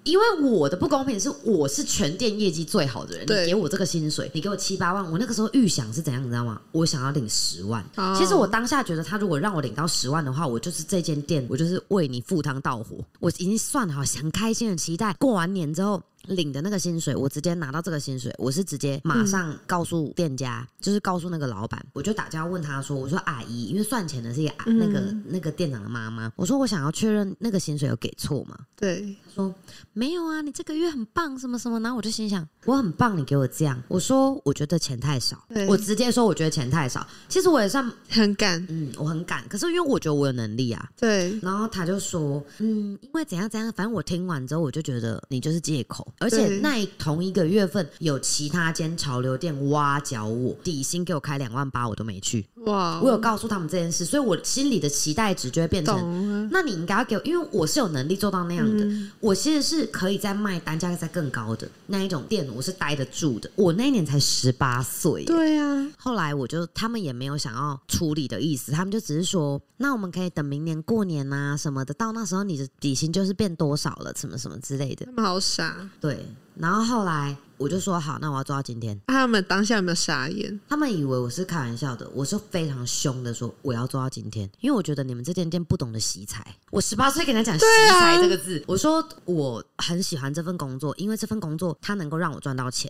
Speaker 1: 因为我的不公平是，我是全店业绩最好的人，
Speaker 2: 对
Speaker 1: 你给我这个薪水，你给我七八万，我那个时候预想是怎样，你知道吗？我想要领十万。
Speaker 2: 哦
Speaker 1: 其实我当下觉得，他如果让我领到十万的话，我就是这间店，我就是为你赴汤蹈火。我已经算好，很开心的期待过完年之后。领的那个薪水，我直接拿到这个薪水，我是直接
Speaker 2: 嗯
Speaker 1: 马上告诉店家，就是告诉那个老板，我就打电话问他说：“我说阿姨，因为算钱的是一个、啊
Speaker 2: 嗯
Speaker 1: 那个那个店长的妈妈，我说我想要确认那个薪水有给错吗？”
Speaker 2: 对，
Speaker 1: 他说没有啊，你这个月很棒，什么什么。然后我就心想，我很棒，你给我这样。我说我觉得钱太少
Speaker 2: 对，
Speaker 1: 我直接说我觉得钱太少。其实我也算，
Speaker 2: 很敢。
Speaker 1: 嗯，我很敢，可是因为我觉得我有能力啊。
Speaker 2: 对，
Speaker 1: 然后他就说，嗯，因为怎样怎样，反正我听完之后，我就觉得你就是借口。而且
Speaker 2: 对
Speaker 1: 那一同一个月份，有其他间潮流店挖角我，底薪给我开两万八，我都没去。
Speaker 2: 哇，
Speaker 1: 我有告诉他们这件事，所以我心里的期待值就会变成，
Speaker 2: 懂了。
Speaker 1: 那你应该要给我，因为我是有能力做到那样的。
Speaker 2: 嗯，
Speaker 1: 我其实是可以在卖单价再更高的那一种店，我是待得住的。我那一年才十八岁耶，
Speaker 2: 对啊，
Speaker 1: 后来我就他们也没有想要处理的意思，他们就只是说，那我们可以等明年过年啊什么的，到那时候你的底薪就是变多少了，什么什么之类的
Speaker 2: 他。们好傻。
Speaker 1: 对，然后后来我就说好，那我要做到今天。
Speaker 2: 啊他们当下有没有傻眼？
Speaker 1: 他们以为我是开玩笑的，我是非常凶的说我要做到今天，因为我觉得你们这间店不懂得惜才。我十八岁跟他讲惜才这个字，我说我很喜欢这份工作，因为这份工作它能够让我赚到钱。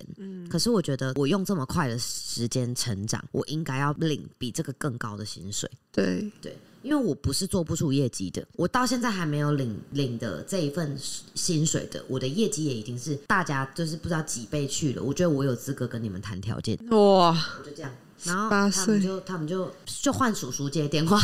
Speaker 1: 可是我觉得我用这么快的时间成长，我应该要领比这个更高的薪水。
Speaker 2: 对，
Speaker 1: 对，因为我不是做不出业绩的，我到现在还没有领领的这一份薪水的，我的业绩也已经是大家就是不知道几倍去了。我觉得我有资格跟你们谈条件。
Speaker 2: 哇，
Speaker 1: 我就这样。然后
Speaker 2: 18
Speaker 1: 他们
Speaker 2: 岁
Speaker 1: 就他们就就换叔叔接电 话，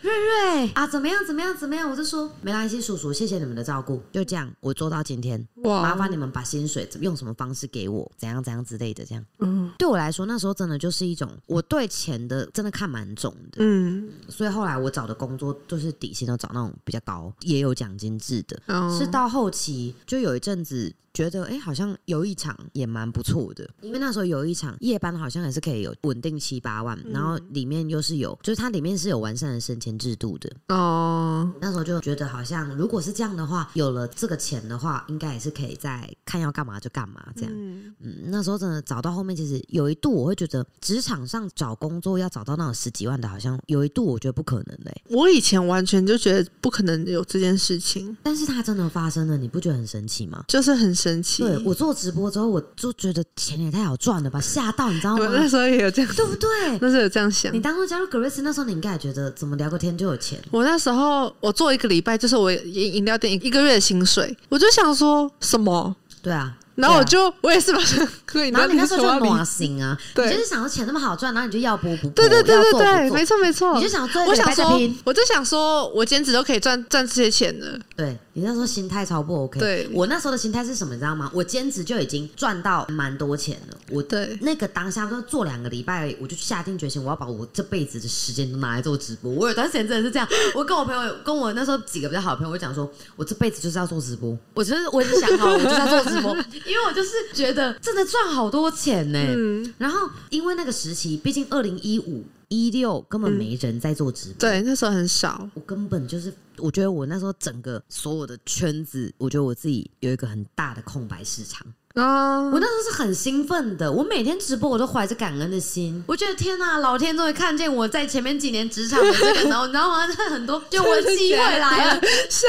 Speaker 1: 瑞瑞啊，怎么样怎么样怎么样？我就说没关系，叔叔，谢谢你们的照顾，就这样，我做到今天，
Speaker 2: 哇，
Speaker 1: 麻烦你们把薪水用什么方式给我，怎样怎样之类的，这样
Speaker 2: 嗯
Speaker 1: 对我来说，那时候真的就是一种我对钱的真的看蛮重的，
Speaker 2: 嗯，
Speaker 1: 所以后来我找的工作就是底薪都找那种比较高，也有奖金制的，
Speaker 2: 哦
Speaker 1: 是到后期就有一阵子觉得，哎、好像有一场也蛮不错的，因为那时候有一场夜班，好像也是可以有稳定七八万，然后里面又是有，就是它里面是有完善的升迁制度的，的。
Speaker 2: 哦，
Speaker 1: 那时候就觉得好像如果是这样的话，有了这个钱的话，应该也是可以再看要干嘛就干嘛这样。
Speaker 2: 嗯，
Speaker 1: 嗯，那时候真的找到后面，其实有一度我会觉得职场上找工作要找到那种十几万的，好像有一度我觉得不可能欸嘞、
Speaker 2: 我以前完全就觉得不可能有这件事情，
Speaker 1: 但是它真的发生了，你不觉得很神奇吗？
Speaker 2: 就是很神奇。
Speaker 1: 对我做直播之后，我就觉得钱也太好赚了吧，吓到你知道
Speaker 2: 我那
Speaker 1: 吗？
Speaker 2: 时候也有这样，
Speaker 1: 对不对？
Speaker 2: 那时候有这样想
Speaker 1: 你。当初加入 Grace 那时候，你应该也觉得怎么聊个天就有钱，
Speaker 2: 我那时候我做一个礼拜，就是我饮饮料店一个月的薪水，我就想说什么，
Speaker 1: 对啊。
Speaker 2: 然后我
Speaker 1: 对啊
Speaker 2: 就、我也是把这个饮
Speaker 1: 然
Speaker 2: 料
Speaker 1: 后你那
Speaker 2: 店
Speaker 1: 时
Speaker 2: 说
Speaker 1: 候就
Speaker 2: 要离
Speaker 1: 暖心啊，你
Speaker 2: 对
Speaker 1: 就是想说钱那么好赚，然后你就要不不不，
Speaker 2: 对对对
Speaker 1: 要
Speaker 2: 对
Speaker 1: 做
Speaker 2: 对，
Speaker 1: 不
Speaker 2: 没
Speaker 1: 做，
Speaker 2: 错没错
Speaker 1: 你就。想做，
Speaker 2: 我想说
Speaker 1: 拼，，
Speaker 2: 我就想说，我兼职都可以赚赚这些钱了。
Speaker 1: 对你那时候心态超不 OK。
Speaker 2: 对
Speaker 1: 我那时候的心态是什么，你知道吗？我兼职就已经赚到蛮多钱了，我
Speaker 2: 对，
Speaker 1: 那个当下都做两个礼拜而已，我就下定决心，我要把我这辈子的时间都拿来做直播。我有段时间真的是这样，我跟我朋友，跟我那时候几个比较好的朋友，我就讲说， 我这辈子就是要做直播，我真的我已经想好了，我就是要做直播，因为我就是觉得真的赚好多钱呢、
Speaker 2: 嗯，
Speaker 1: 然后因为那个时期，毕竟二零一五一六根本没人在做直播，
Speaker 2: 对，那时候很少。
Speaker 1: 我根本就是，我觉得我那时候整个所有的圈子，我觉得我自己有一个很大的空白市场。
Speaker 2: 啊，
Speaker 1: 我那时候是很兴奋的，我每天直播我都怀着感恩的心，我觉得天呐，老天终于看见我在前面几年职场的这 个，然后你知道吗？这很多就我的机会来了，
Speaker 2: 笑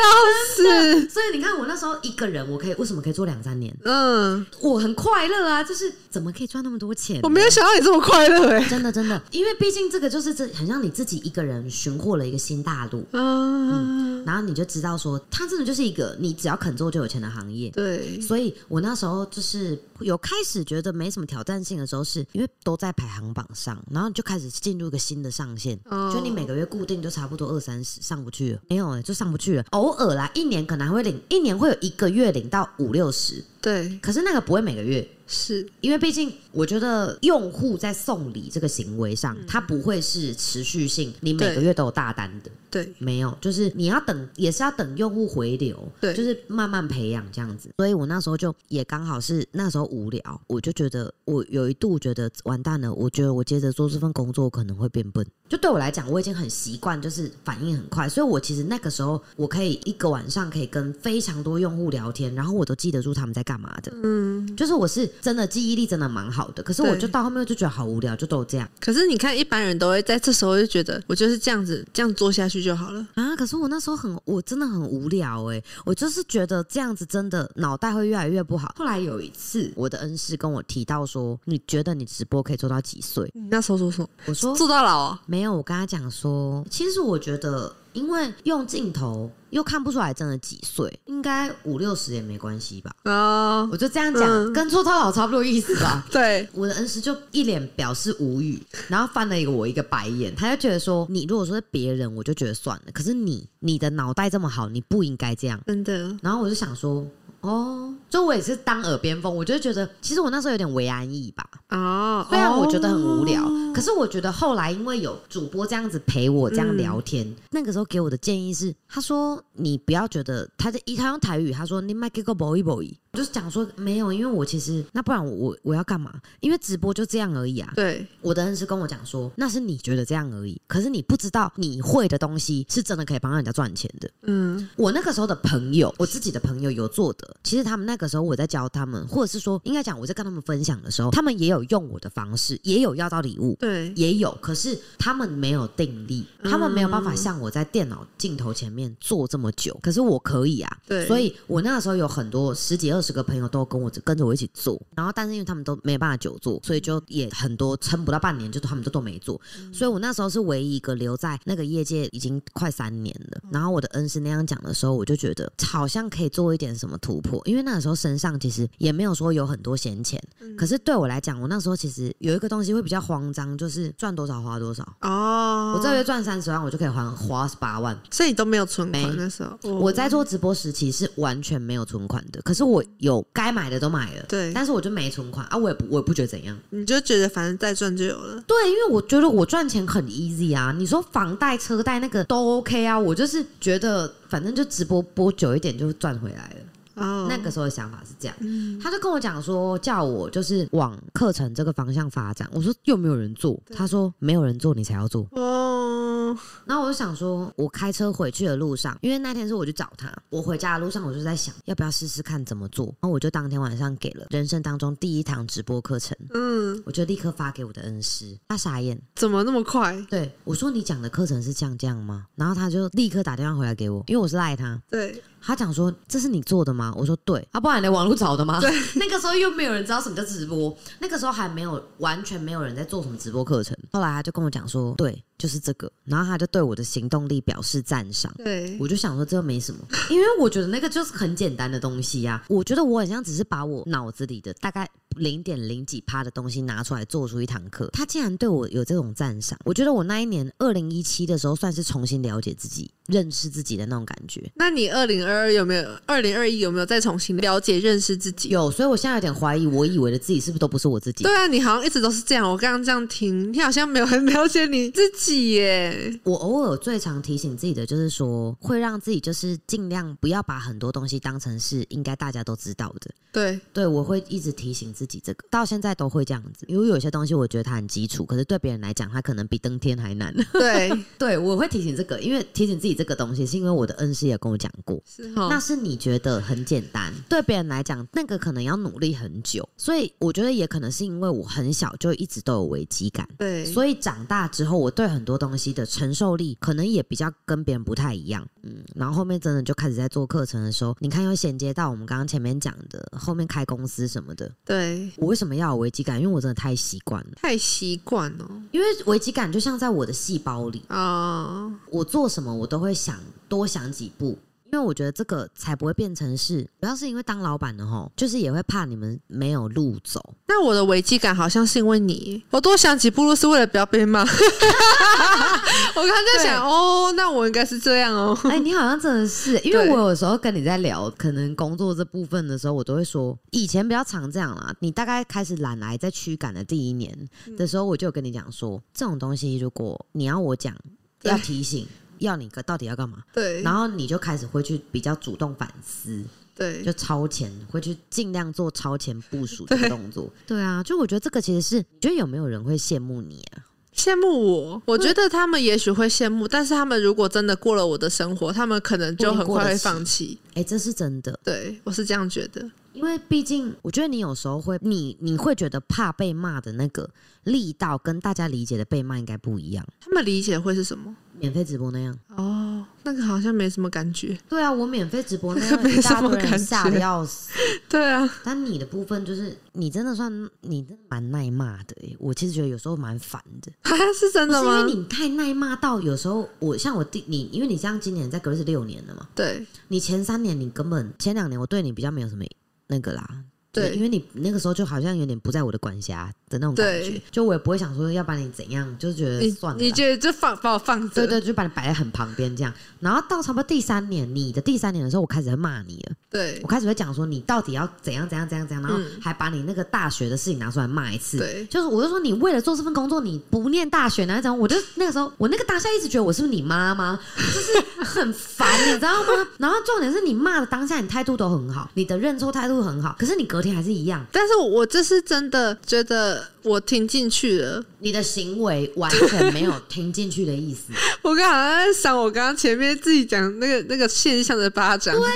Speaker 2: 死。
Speaker 1: 所以你看我那时候一个人，我可以为什么可以做两三年？
Speaker 2: 嗯，
Speaker 1: 我很快乐啊，就是怎么可以赚那么多钱？
Speaker 2: 我没有想到你这么快乐哎、
Speaker 1: 真的真的，因为毕竟这个就是这很像你自己一个人寻获了一个新大陆，
Speaker 2: 嗯，
Speaker 1: 然后你就知道说，它真的就是一个你只要肯做就有钱的行业。
Speaker 2: 对，
Speaker 1: 所以我那时候就是有开始觉得没什么挑战性的时候是，因为都在排行榜上，然后你就开始进入一个新的上限。
Speaker 2: 哦
Speaker 1: 就你每个月固定就差不多二三十上不去了，没有哎、就上不去了。偶尔啦，一年可能还会领，一年会有一个月领到五六十，
Speaker 2: 对
Speaker 1: 可是那个不会每个月，
Speaker 2: 是，
Speaker 1: 因为毕竟，我觉得用户在送礼这个行为上，它不会是持续性，你每个
Speaker 2: 对
Speaker 1: 月都有大单的，
Speaker 2: 对
Speaker 1: 没有，就是你要等，也是要等用户回流，
Speaker 2: 对
Speaker 1: 就是慢慢培养这样子。所以我那时候就也刚好是那时候无聊，我就觉得我有一度觉得完蛋了，我觉得我接着做这份工作可能会变笨。就对我来讲，我已经很习惯，就是反应很快，所以我其实那个时候我可以一个晚上可以跟非常多用户聊天，然后我都记得住他们在干嘛的。
Speaker 2: 嗯。
Speaker 1: 就是我是真的记忆力真的蛮好的，可是我
Speaker 2: 对
Speaker 1: 就到后面就觉得好无聊，就都这样
Speaker 2: 可是你看，一般人都会在这时候就觉得，我就是这样子，这样做下去就好了。
Speaker 1: 啊。可是我那时候很，我真的很无聊哎、我就是觉得这样子真的脑袋会越来越不好。后来有一次，我的恩师跟我提到说，你觉得你直播可以做到几岁？
Speaker 2: 你那时候说什么？
Speaker 1: 我说
Speaker 2: 嗯做到老哦。
Speaker 1: 没有，我跟他讲说，其实我觉得，因为用镜头又看不出来真的几岁，应该五六十也没关系吧。
Speaker 2: 哦，
Speaker 1: 我就这样讲，
Speaker 2: 嗯
Speaker 1: 跟做到老差不多意思吧。
Speaker 2: 对，
Speaker 1: 我的恩师就一脸表示无语，然后翻了一个我一个白眼，他就觉得说，你如果说是别人，我就觉得算了，可是你，你的脑袋这么好，你不应该这样。
Speaker 2: 真的，
Speaker 1: 然后我就想说，哦，就我也是当耳边风，我就觉得，其实我那时候有点为安逸吧，
Speaker 2: 哦，
Speaker 1: 虽啊然我觉得很无聊，
Speaker 2: 哦
Speaker 1: 可是我觉得后来因为有主播这样子陪我这样聊天，嗯那个时候给我的建议是，他说你不要觉得他在一他用台语，他说你卖给个 boy boy，就是讲说没有，因为我其实那不然我我我要干嘛？因为直播就这样而已啊。
Speaker 2: 对，
Speaker 1: 我的恩师跟我讲说，那是你觉得这样而已，可是你不知道你会的东西是真的可以帮到人家赚钱的。
Speaker 2: 嗯，
Speaker 1: 我那个时候的朋友，我自己的朋友有做的，其实他们那个时候我在教他们，或者是说应该讲我在跟他们分享的时候，他们也有用我的方式，也有要到礼物。
Speaker 2: 对，
Speaker 1: 也有，可是他们没有定力，
Speaker 2: 嗯
Speaker 1: 他们没有办法像我在电脑镜头前面坐这么久。可是我可以啊，
Speaker 2: 对
Speaker 1: 所以我那个时候有很多十几二十个朋友都跟我跟着我一起做，然后但是因为他们都没有办法久坐，所以就也很多撑不到半年，就他们就都没做。
Speaker 2: 嗯
Speaker 1: 所以我那时候是唯一一个留在那个业界已经快三年了。
Speaker 2: 嗯
Speaker 1: 然后我的恩师那样讲的时候，我就觉得好像可以做一点什么突破，因为那个时候身上其实也没有说有很多闲钱，
Speaker 2: 嗯
Speaker 1: 可是对我来讲，我那时候其实有一个东西会比较慌张，就是赚多少花多少。
Speaker 2: 哦，
Speaker 1: 我这个月赚三十万，我就可以还花十八万。
Speaker 2: 所以你都没有存款
Speaker 1: 没
Speaker 2: 那时候，哦
Speaker 1: 我在做直播时期是完全没有存款的，可是我有该买的都买了，
Speaker 2: 对，
Speaker 1: 但是我就没存款啊，我也不我也不觉得怎样。
Speaker 2: 你就觉得反正再赚就有了，
Speaker 1: 对，因为我觉得我赚钱很 easy 啊，你说房贷、车贷那个都 OK 啊，我就是觉得反正就直播播久一点就赚回来了。
Speaker 2: 哦，嗯
Speaker 1: 那个时候的想法是这样，他就跟我讲说，叫我就是往课程这个方向发展。我说又没有人做，他说没有人做你才要做。
Speaker 2: 哦，
Speaker 1: 然后我就想说，我开车回去的路上，因为那天是我去找他，我回家的路上我就在想，要不要试试看怎么做。然后我就当天晚上给了人生当中第一堂直播课程，
Speaker 2: 嗯，
Speaker 1: 我就立刻发给我的恩师，他傻眼。
Speaker 2: 怎么那么快？
Speaker 1: 对我说：“你讲的课程是这样这样吗？”然后他就立刻打电话回来给我，因为我是赖他。
Speaker 2: 对，
Speaker 1: 他讲说：“这是你做的吗？”我说：“对。”啊，不然你在网络找的吗？对。 那个时候又没有人知道什么叫直播，那个时候还没有完全没有人在做什么直播课程。后来他就跟我讲说：“对，就是这个。”然后他就对我的行动力表示赞赏。
Speaker 2: 对，
Speaker 1: 我就想说这没什么， 因为我觉得那个就是很简单的东西啊呀、我觉得我很像只是把我脑子里的大概零点零几趴的东西拿出来做出一堂课，他竟然对我有这种赞赏，我觉得我那一年二零一七的时候算是重新了解自己、认识自己的那种感觉。
Speaker 2: 那你二零二二有没有？二零二一有没有再重新了解认识自己？
Speaker 1: 有，所以我现在有点怀疑，我以为的自己是不是都不是我自己？
Speaker 2: 对啊，你好像一直都是这样。我刚刚这样听，你好像没有很了解你自己耶。
Speaker 1: 我偶尔最常提醒自己的就是说，会让自己就是尽量不要把很多东西当成是应该大家都知道的。
Speaker 2: 对，
Speaker 1: 对，我会一直提醒自己这个，到现在都会这样子。因为有些东西我觉得它很基础，可是对别人来讲，它可能比登天还难。
Speaker 2: 对，
Speaker 1: 对，我会提醒这个，因为提醒自己这个东西，是因为我的恩师也跟我讲过，
Speaker 2: 是哈。
Speaker 1: 那是你觉得很简单，对别人来讲，那个可能要努力很久。所以我觉得也可能是因为我很小就一直都有危机感。
Speaker 2: 对，
Speaker 1: 所以长大之后，我对很多东西的承受力可能也比较跟别人不太一样，嗯，然后后面真的就开始在做课程的时候，你看又衔接到我们刚刚前面讲的，后面开公司什么的，
Speaker 2: 对，
Speaker 1: 我为什么要有危机感？因为我真的太习惯了，
Speaker 2: 太习惯了
Speaker 1: 因为危机感就像在我的细胞里，
Speaker 2: 啊。
Speaker 1: 我做什么我都会想多想几步。因为我觉得这个才不会变成是，主要是因为当老板的吼，就是也会怕你们没有路走，
Speaker 2: 那我的危机感好像是因为你，我多想几步路是为了不要 被骂。我刚刚在想，哦，那我应该是这样哦。
Speaker 1: 哎、你好像真的是，因
Speaker 2: 对
Speaker 1: 为我有时候跟你在聊可能工作这部分的时候，我都会说，以前比较常这样啦。你大概开始懒癌在驱赶的第一年的时候，我就有跟你讲说，这种东西如果你要我讲，
Speaker 2: 对
Speaker 1: 要提醒，要你到底要干嘛，
Speaker 2: 对，
Speaker 1: 然后你就开始会去比较主动反思，
Speaker 2: 对，
Speaker 1: 就超前，会去尽量做超前部署的动作。对啊，就我觉得这个其实是，你觉得有没有人会羡慕你啊？
Speaker 2: 羡慕我，我觉得他们也许会羡慕，但是他们如果真的过了我的生活，他们可能就很快会放弃。
Speaker 1: 哎、这是真的。
Speaker 2: 对我是这样觉得，
Speaker 1: 因为毕竟，我觉得你有时候会，你你会觉得怕被骂的那个力道，跟大家理解的被骂应该不一样。
Speaker 2: 他们理解会是什么？
Speaker 1: 免费直播那样，
Speaker 2: 哦，那个好像没什么感觉。
Speaker 1: 对啊，我免费直播那 样，
Speaker 2: 没
Speaker 1: 一
Speaker 2: 什
Speaker 1: 大
Speaker 2: 么
Speaker 1: 堆
Speaker 2: 感觉
Speaker 1: 人吓得要死。
Speaker 2: 对 啊，
Speaker 1: 但你的部分就是， 你真的算你真的蛮耐骂的、欸，我其实觉得有时候蛮烦的。
Speaker 2: 是真
Speaker 1: 不是
Speaker 2: 的
Speaker 1: 因
Speaker 2: 吗
Speaker 1: 为？你太耐骂到有时候我像我弟你，因为你这样今年在格瑞是六年了嘛，
Speaker 2: 对
Speaker 1: 你前三年你根本前两年我对你比较没有什么那个啦，对，因
Speaker 2: 对
Speaker 1: 为你那个时候就好像有点不在我的管辖的那种感觉
Speaker 2: 对，
Speaker 1: 就我也不会想说要把你怎样，就是觉得
Speaker 2: 你
Speaker 1: 算了
Speaker 2: 你
Speaker 1: 啦。
Speaker 2: 觉得就放把我放着？
Speaker 1: 对对，就把你摆在很旁边这样，然后到差不多第三年，你的第三年的时候，我开始会骂你了，
Speaker 2: 对
Speaker 1: 我开始会讲说你到底要怎样怎样怎样怎样，然后
Speaker 2: 嗯
Speaker 1: 还把你那个大学的事情拿出来骂一次，
Speaker 2: 对
Speaker 1: 就是我就说你为了做这份工作你不念大学，然后怎样，我就那个时候我那个当下一直觉得我是不是你妈妈，就是很烦，你知道吗？然后重点是你骂的当下你态度都很好，你的认错态度很好，可是你隔天还是一样，
Speaker 2: 但是我这是真的觉得我听进去了。
Speaker 1: 你的行为完全没有听进去的意思。
Speaker 2: 我刚好像在想，我刚刚前面自己讲那个那个现象的巴掌。
Speaker 1: 那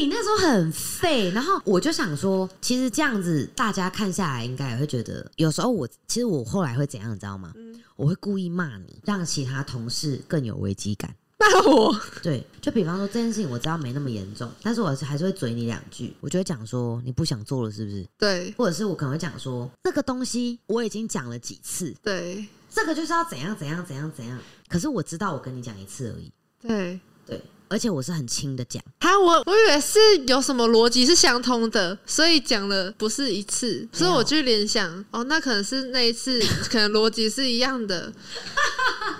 Speaker 1: 你那时候很废，然后我就想说，其实这样子大家看下来，应该也会觉得，有时候我其实我后来会怎样，你知道吗？我会故意骂你，让其他同事更有危机感。
Speaker 2: 那我
Speaker 1: 对，就比方说这件事情我知道没那么严重，但是我还是会嘴你两句，我就会讲说你不想做了是不是？
Speaker 2: 对
Speaker 1: 或者是我可能会讲说这个东西我已经讲了几次，
Speaker 2: 对
Speaker 1: 这个就是要怎样怎样怎样怎样，可是我知道我跟你讲一次而已，
Speaker 2: 对，
Speaker 1: 对，而且我是很轻的讲。
Speaker 2: 他我我以为是有什么逻辑是相通的，所以讲了不是一次，所以我就联想哦，那可能是那一次 可能逻辑是一 样的。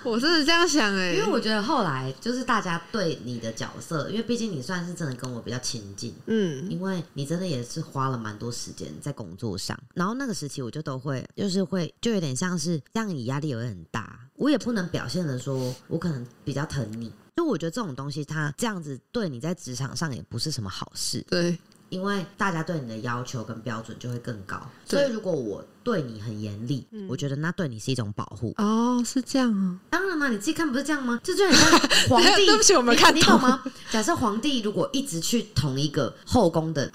Speaker 2: 我真的这样想哎、
Speaker 1: 因为我觉得后来就是大家对你的角色，因为毕竟你算是真的跟我比较亲近，
Speaker 2: 嗯
Speaker 1: 因为你真的也是花了蛮多时间在工作上。然后那个时期我就都会，就是会就有点像是让你压力也会很大，我也不能表现的说我可能比较疼你。就我觉得这种东西，它这样子对你在职场上也不是什么好事，
Speaker 2: 对
Speaker 1: 因为大家对你的要求跟标准就会更高。
Speaker 2: 对嗯
Speaker 1: 所以如果我对你很严厉，我觉得那对你是一种保护。
Speaker 2: 哦，是这样啊，
Speaker 1: 当然嘛，你自己看不是这样吗？这就很 像皇帝。
Speaker 2: 对不起我没
Speaker 1: 你
Speaker 2: 看
Speaker 1: 你
Speaker 2: 懂
Speaker 1: 懂吗？假设皇帝如果一直去同一个后宫的，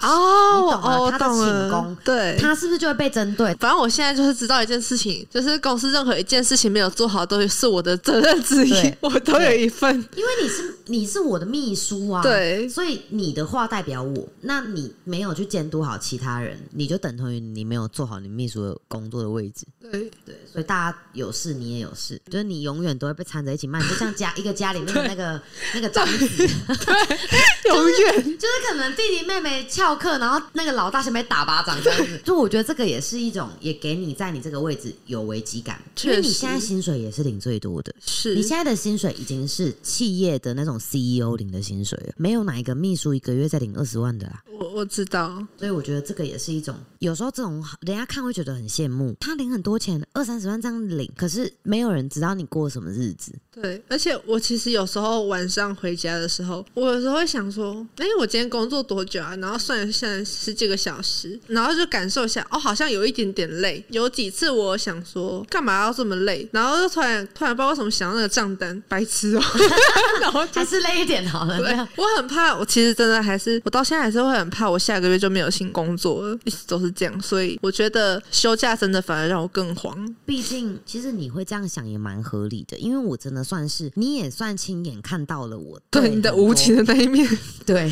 Speaker 1: 你懂吗
Speaker 2: 哦，我哦，我
Speaker 1: 他的
Speaker 2: 懂
Speaker 1: 寝
Speaker 2: 了
Speaker 1: 宫，
Speaker 2: 对，
Speaker 1: 他是不是就会被针对？
Speaker 2: 反正我现在就是知道一件事情，就是公司任何一件事情没有做好，都是我的责任之一
Speaker 1: 对，
Speaker 2: 我都有一份。
Speaker 1: 因为你是你是我的秘书啊，
Speaker 2: 对
Speaker 1: 所以你的话代表我，那你没有去监督好其他人，你就等同于你没有做好你秘书的工作的位置。
Speaker 2: 对，
Speaker 1: 对，所以大家有事你也有事，就是你永远都会被缠着一起骂，你就像 家一个家里面的那个那个长子，
Speaker 2: 永远
Speaker 1: 就是可能弟弟妹妹翘课，然后那个老大先被打巴掌这样子。 就我觉得这个也是一种，也给你在你这个位置有危机感，因为
Speaker 2: 确
Speaker 1: 你
Speaker 2: 实
Speaker 1: 现在薪水也是领最多的。
Speaker 2: 是
Speaker 1: 你现在的薪水已经是企业的那种 CEO 领的薪水了，没有哪一个秘书一个月在领二十万的啊。
Speaker 2: 我我知道，
Speaker 1: 所以我觉得这个也是一种，有时候这种人家看会觉得很羡慕，他领很多钱，二三十万这样领，可是没有人知道你过什么日子。
Speaker 2: 对，而且我其实有时候晚上回家的时候，我有时候会想说，哎、我今天工作多久啊？然后算一算十几个小时，然后就感受一下，哦，好像有一点点累。有几次我想说，干嘛要这么累？然后就突然突然不知道为什么想到那个账单，白痴哦、 然后 就
Speaker 1: 还是累一点好了，
Speaker 2: 对
Speaker 1: 啊没有，
Speaker 2: 我很怕，我其实真的还是，我到现在还是会很怕，我下个月就没有新工作了，一直都是这样，所以我觉得休假真的反而让我更慌。
Speaker 1: 毕竟其实你会这样想也蛮合理的，因为我真的算是你也算亲眼看到了我
Speaker 2: 对你的 无情，的那一面，
Speaker 1: 对，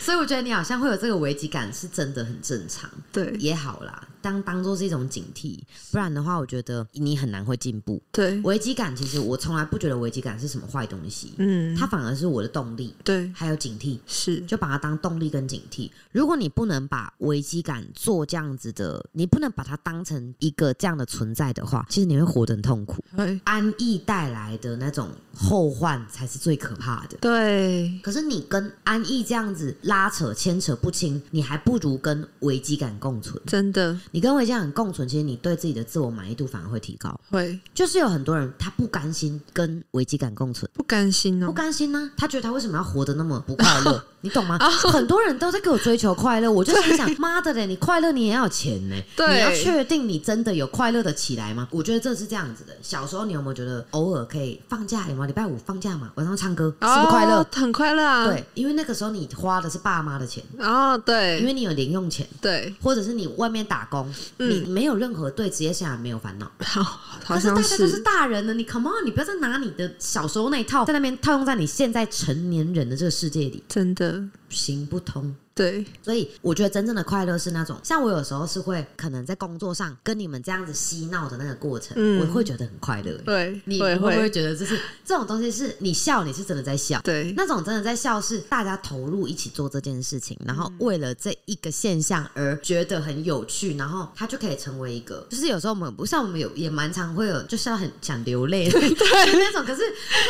Speaker 1: 所以我觉得你好像会有这个危机感，是真的很正常。
Speaker 2: 对
Speaker 1: 也好啦，当当做是一种警惕，不然的话，我觉得你很难会进步。
Speaker 2: 对，
Speaker 1: 危机感其实我从来不觉得危机感是什么坏东西，
Speaker 2: 嗯，
Speaker 1: 它反而是我的动力，
Speaker 2: 对
Speaker 1: 还有警惕，
Speaker 2: 是，
Speaker 1: 就把它当动力跟警惕。如果你不能把危机感做这样子的，你不能把它当成一个这样的存在的话，其实你会活得很痛苦。
Speaker 2: 对
Speaker 1: 安逸带来的那种后患才是最可怕的。
Speaker 2: 对
Speaker 1: 可是你跟安逸这样子拉扯牵扯不清，你还不如跟危机感共存。
Speaker 2: 真的
Speaker 1: 你跟危机感共存，其实你对自己的自我满意度反而会提高。
Speaker 2: 会
Speaker 1: 就是有很多人他不甘心跟危机感共存，
Speaker 2: 不甘心
Speaker 1: 不
Speaker 2: 哦，
Speaker 1: 甘心呢、他觉得他为什么要活得那么不快 乐，你懂
Speaker 2: 哦
Speaker 1: 吗？很多人都在给我追求快乐，我就心想，妈的嘞，你快乐你也要有钱呢，
Speaker 2: 对
Speaker 1: 你要确定你真的有快乐的起来吗？我觉得这是这样子的。小时候你有没有觉得偶尔可以放假，有没有礼拜五放假嘛，晚上唱歌是不是快乐
Speaker 2: 哦？很快乐啊，，
Speaker 1: 对，因为那个时候你花的是爸妈的钱，
Speaker 2: 哦对，
Speaker 1: 因为你有零用钱，
Speaker 2: 对，
Speaker 1: 或者是你外面打工，
Speaker 2: 嗯
Speaker 1: 你没有任何对职业生涯没有烦恼。
Speaker 2: 好，好
Speaker 1: 可是
Speaker 2: 像
Speaker 1: 大家都是大人了，你 come on，你不要再拿你的小时候那一套在那边套用在你现在成年人的这个世界里，
Speaker 2: 真的，
Speaker 1: 行不通。
Speaker 2: 对
Speaker 1: 所以我觉得真正的快乐是那种，像我有时候是会可能在工作上跟你们这样子嬉闹的那个过程，
Speaker 2: 嗯
Speaker 1: 我会觉得很快乐、欸
Speaker 2: 对，
Speaker 1: 你
Speaker 2: 我
Speaker 1: 会
Speaker 2: 也
Speaker 1: 不会
Speaker 2: 会，
Speaker 1: 觉得就是这种东西是你笑，你是真的在笑，
Speaker 2: 对
Speaker 1: 那种真的在笑是大家投入一起做这件事情，然后为了这一个现象而觉得很有趣，然后它就可以成为一个，就是有时候我们不像我们有也蛮常会有，就是要很想流 泪的那种，可是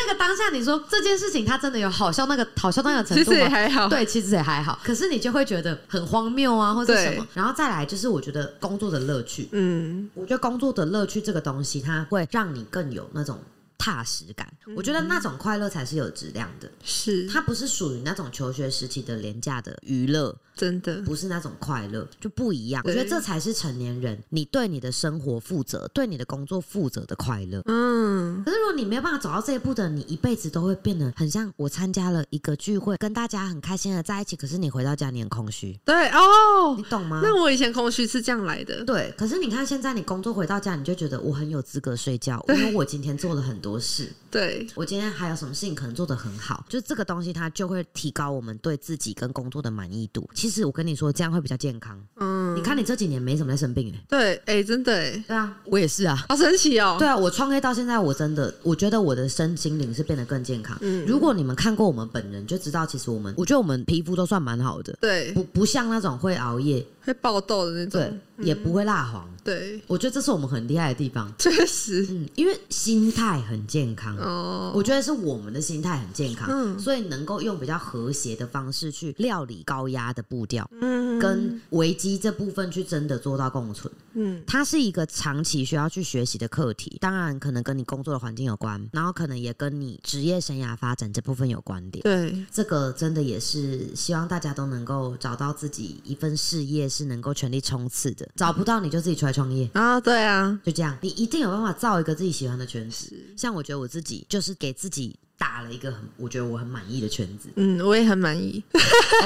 Speaker 1: 那个当下你说这件事情它真的有好笑那个好笑那个程
Speaker 2: 其
Speaker 1: 度
Speaker 2: 实也
Speaker 1: 吗？
Speaker 2: 还好，
Speaker 1: 对，其实也还好，可是你就会觉得很荒谬啊，或者
Speaker 2: 对
Speaker 1: 什么。然后再来就是，我觉得工作的乐趣，
Speaker 2: 嗯，
Speaker 1: 我觉得工作的乐趣这个东西，它会让你更有那种踏实感。我觉得那种快乐才是有质量的，
Speaker 2: 是
Speaker 1: 它不是属于那种求学时期的廉价的娱乐，
Speaker 2: 真的，
Speaker 1: 不是那种快乐，就不一样。我
Speaker 2: 对
Speaker 1: 觉得这才是成年人，你对你的生活负责，对你的工作负责的快乐。
Speaker 2: 嗯。
Speaker 1: 可是如果你没有办法走到这一步的，你一辈子都会变得很像我参加了一个聚会，跟大家很开心的在一起，可是你回到家你很空虚，
Speaker 2: 对哦
Speaker 1: 你，懂吗？
Speaker 2: 那我以前空虚是这样来的，
Speaker 1: 对，可是你看，现在你工作回到家，你就觉得我很有资格睡觉，因为我今天做了很多事，
Speaker 2: 对
Speaker 1: 我今天还有什么事情可能做得很好，就这个东西它就会提高我们对自己跟工作的满意度。其实我跟你说，这样会比较健康。
Speaker 2: 嗯
Speaker 1: 你看你这几年没怎么在生病、欸，
Speaker 2: 对，哎、真的哎，
Speaker 1: 对啊，我也是啊。
Speaker 2: 好神奇哦，
Speaker 1: 对啊，我创业到现在，我真的我觉得我的身心灵是变得更健康。
Speaker 2: 嗯
Speaker 1: 如果你们看过我们本人，就知道其实我们，我觉得我们皮肤都算蛮好的，
Speaker 2: 对
Speaker 1: 不不像那种会熬夜，
Speaker 2: 会爆痘的那
Speaker 1: 对，嗯
Speaker 2: 种，
Speaker 1: 也不会蜡黄。
Speaker 2: 对，
Speaker 1: 我觉得这是我们很厉害的地方。
Speaker 2: 确实，
Speaker 1: 嗯，因为心态很健康，
Speaker 2: 哦，
Speaker 1: 我觉得是我们的心态很健康，
Speaker 2: 嗯
Speaker 1: 所以能够用比较和谐的方式去料理高压的步调。
Speaker 2: 嗯
Speaker 1: 跟危机这部分去真的做到共存。
Speaker 3: 嗯，
Speaker 1: 它是一个长期需要去学习的课题，当然可能跟你工作的环境有关，然后可能也跟你职业生涯发展这部分有关联。
Speaker 2: 对，
Speaker 1: 这个真的也是希望大家都能够找到自己一份事业是能够全力冲刺的，找不到你就自己出来创业。
Speaker 2: 啊，对啊，
Speaker 1: 就这样，你一定有办法造一个自己喜欢的圈子。像我觉得我自己就是给自己打了一个很，我觉得我很满意的圈 子
Speaker 2: 嗯，我也很满意。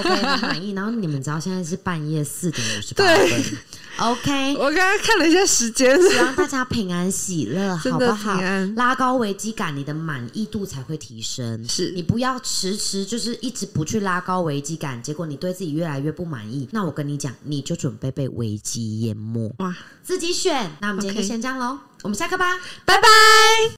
Speaker 1: ，OK，很满意。然后你们知道现在是半夜四点五十八分，OK，
Speaker 2: 我刚刚看了一下时间，
Speaker 1: 希望大家平安喜乐，
Speaker 2: 真
Speaker 1: 好
Speaker 2: 的
Speaker 1: 不好
Speaker 2: 平安？
Speaker 1: 拉高危机感，你的满意度才会提升。
Speaker 2: 是
Speaker 1: 你不要迟迟就是一直不去拉高危机感，结果你对自己越来越不满意。那我跟你讲，你就准备被危机淹没。
Speaker 2: 哇，
Speaker 1: 自己选。那我们今天就
Speaker 2: OK
Speaker 1: 先这样喽我们下课吧。
Speaker 2: 拜拜。